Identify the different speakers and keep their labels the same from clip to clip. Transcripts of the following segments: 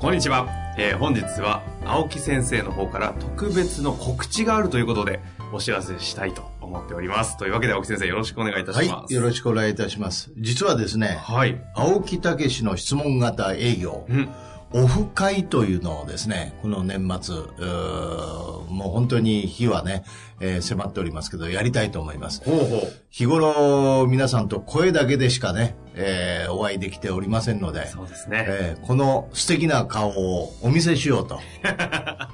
Speaker 1: こんにちは、えー本日は青木先生の方から特別の告知があるということでお知らせしたいと思っておりますというわけで青木先生よろしくお願いいた
Speaker 2: は
Speaker 1: し
Speaker 2: い
Speaker 1: ま、す
Speaker 2: よろ
Speaker 1: し
Speaker 2: しくお願いいたします。実はですね、
Speaker 1: はい
Speaker 2: 青木武氏の質問型営業、
Speaker 1: うん
Speaker 2: オフ会というのをですね、この年末、うーもう本当に日はね、えー迫っておりますけど、やりたいと思います。
Speaker 1: ほうほう
Speaker 2: 日頃、皆さんと声だけでしかね、えーお会いできておりませんので、
Speaker 1: そうですね
Speaker 2: えーこの素敵な顔をお見せしようと、
Speaker 1: あ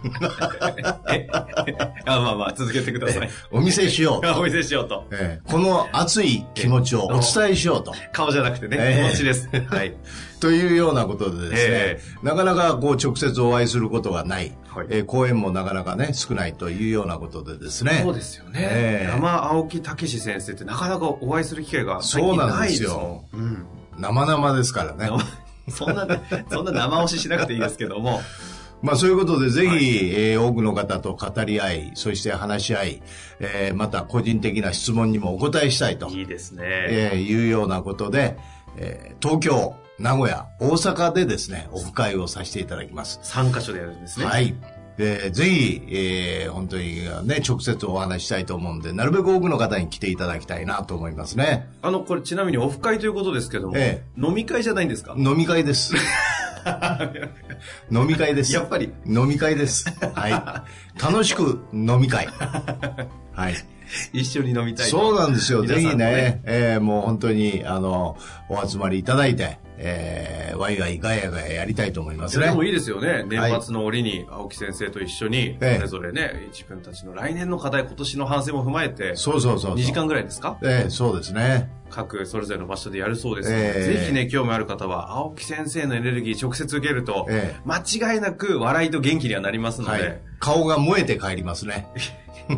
Speaker 1: まあまあ続けてください
Speaker 2: お見せしよ うと、
Speaker 1: お見せしようと
Speaker 2: えーこの熱い気持ちをお伝えしようと。
Speaker 1: 顔じゃなくてね、
Speaker 2: ええ
Speaker 1: 気持ちです。 はい。
Speaker 2: というようなことでですね、
Speaker 1: え
Speaker 2: なかなかこう直接お会いすることがない、
Speaker 1: はい
Speaker 2: えー公演もなかなかね、少ないというようなことでですね。
Speaker 1: そうですよね。
Speaker 2: ええ
Speaker 1: 山青木武史先生ってなかなかお会いする機会が最
Speaker 2: そ
Speaker 1: 近
Speaker 2: うな
Speaker 1: なんい
Speaker 2: で
Speaker 1: です
Speaker 2: す
Speaker 1: よ。
Speaker 2: よ。
Speaker 1: うん。
Speaker 2: 生々ですからね。
Speaker 1: そんな、そんな生押ししなくていいですけども。
Speaker 2: まあそういうことで、ぜひ、えー多くの方と語り合い、そして話し合い、えーまた個人的な質問にもお答えしたいと、
Speaker 1: いいですね。
Speaker 2: えーいうようなことで、えー東京、名古屋、大阪でですね、オフ会をさせていただきます。
Speaker 1: 3カ所でやるんですね。
Speaker 2: はい。で、ぜひ、えー本当にね、直接お話ししたいと思うんで、なるべく多くの方に来ていただきたいなと思いますね。
Speaker 1: あの、これちなみにオフ会ということですけども、
Speaker 2: え
Speaker 1: 飲み会じゃないんですか
Speaker 2: 飲み会です。 飲み会です。
Speaker 1: やっぱり。
Speaker 2: 飲み会です。はい。楽しく飲み会。はい。
Speaker 1: 一緒に飲みたいと。
Speaker 2: そうなんですよ。
Speaker 1: 皆
Speaker 2: ぜ
Speaker 1: さん
Speaker 2: ひ
Speaker 1: と
Speaker 2: ね、えーもう本当に、あの、お集まりいただいて、えーワイワイガヤガヤやりたいと思いま
Speaker 1: そ
Speaker 2: す
Speaker 1: れで
Speaker 2: ね
Speaker 1: も。いいですよね。年末の折に青木先生と一緒に、そ
Speaker 2: ええ
Speaker 1: れぞれね、自分たちの来年の課題、今年の反省も踏まえて、
Speaker 2: そうそうそうそう。
Speaker 1: 2時間ぐらいですか
Speaker 2: えーそうですね。
Speaker 1: 各それぞれの場所でやるそうです、
Speaker 2: ええ
Speaker 1: ぜひね興味ある方は青木先生のエネルギー直接受けると、
Speaker 2: え
Speaker 1: 間違いなく笑いと元気にはなりますので、
Speaker 2: はい。顔が燃えて帰りますね。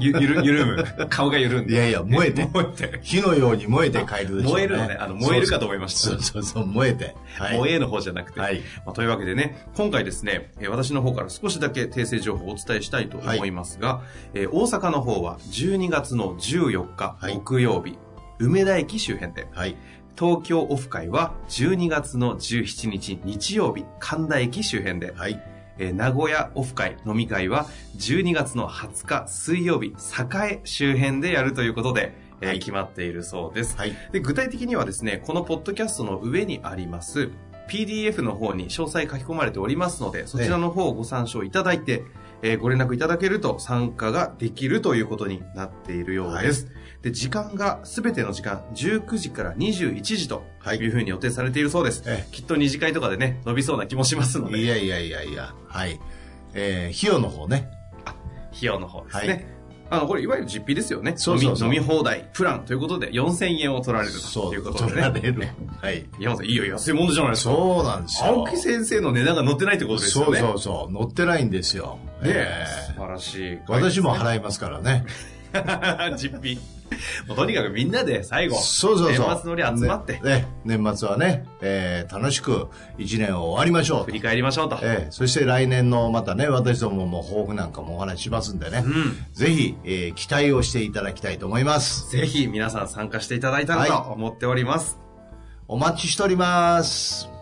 Speaker 1: ゆゆる 緩む顔が緩ん
Speaker 2: い
Speaker 1: で
Speaker 2: やいや、燃えて。
Speaker 1: 燃えて
Speaker 2: 火のように燃えて帰るでしょう、ね。
Speaker 1: 燃えるのねあの燃えるかと思いました
Speaker 2: そうそうそうそう、燃えて。はい
Speaker 1: 萌えの方じゃなくて、
Speaker 2: はい
Speaker 1: まあ、というわけでね今回ですねえー私の方から少しだけ訂正情報をお伝えしたいと思いますが、えー大阪の方は12月の14日
Speaker 2: はい
Speaker 1: 木曜日、梅田駅周辺で
Speaker 2: はい。
Speaker 1: 東京オフ会は12月の17日日曜日神田駅周辺で
Speaker 2: はい。
Speaker 1: えー名古屋オフ会飲み会は12月の20日水曜日栄周辺でやるということで、えー
Speaker 2: はい
Speaker 1: 決まっているそうです
Speaker 2: はい。
Speaker 1: で具体的にはですねこのポッドキャストの上にあります PDF の方に詳細書き込まれておりますのでそちらの方をご参照いただいて、えーご連絡いただけると参加ができるということになっているようです、で時間が全ての時間19時から21時と
Speaker 2: はい
Speaker 1: いうふうに予定されているそうです、
Speaker 2: え
Speaker 1: きっと二次会とかでね伸びそうな気もしますので
Speaker 2: いやいやいやいや。はい。えー、費用の方ね。
Speaker 1: 費用の方ですね。
Speaker 2: はい
Speaker 1: あの、これ、いわゆる実費ですよね。
Speaker 2: そうそうそう
Speaker 1: 飲み飲み放題、プランということで、4000円を取られるということ
Speaker 2: 取
Speaker 1: で
Speaker 2: ら
Speaker 1: ね。
Speaker 2: れる。はい。
Speaker 1: 山本さん、いいよ、安いものじゃないですか。
Speaker 2: そうなんですよ。
Speaker 1: 青木先生の値段が乗ってないってことですよ
Speaker 2: そう
Speaker 1: ね。
Speaker 2: そうそう。乗ってないんですよ。
Speaker 1: ね
Speaker 2: え
Speaker 1: 素晴らしい。
Speaker 2: ー私も払いますからね。
Speaker 1: 実費。もうとにかくみんなで最後、
Speaker 2: そうそうそう。
Speaker 1: 年末のり集まって、
Speaker 2: ね。ね年末はね、えー楽しく一年を終わりましょう
Speaker 1: 振。り返りましょうと。
Speaker 2: えーそして来年のまたね、私どもも抱負なんかもお話ししますんでね。
Speaker 1: うん。
Speaker 2: ぜひ、えー期待をしていただきたいと思います。
Speaker 1: ぜひ皆さん参加していただいたらと
Speaker 2: はい
Speaker 1: 思っております。
Speaker 2: お待ちしております。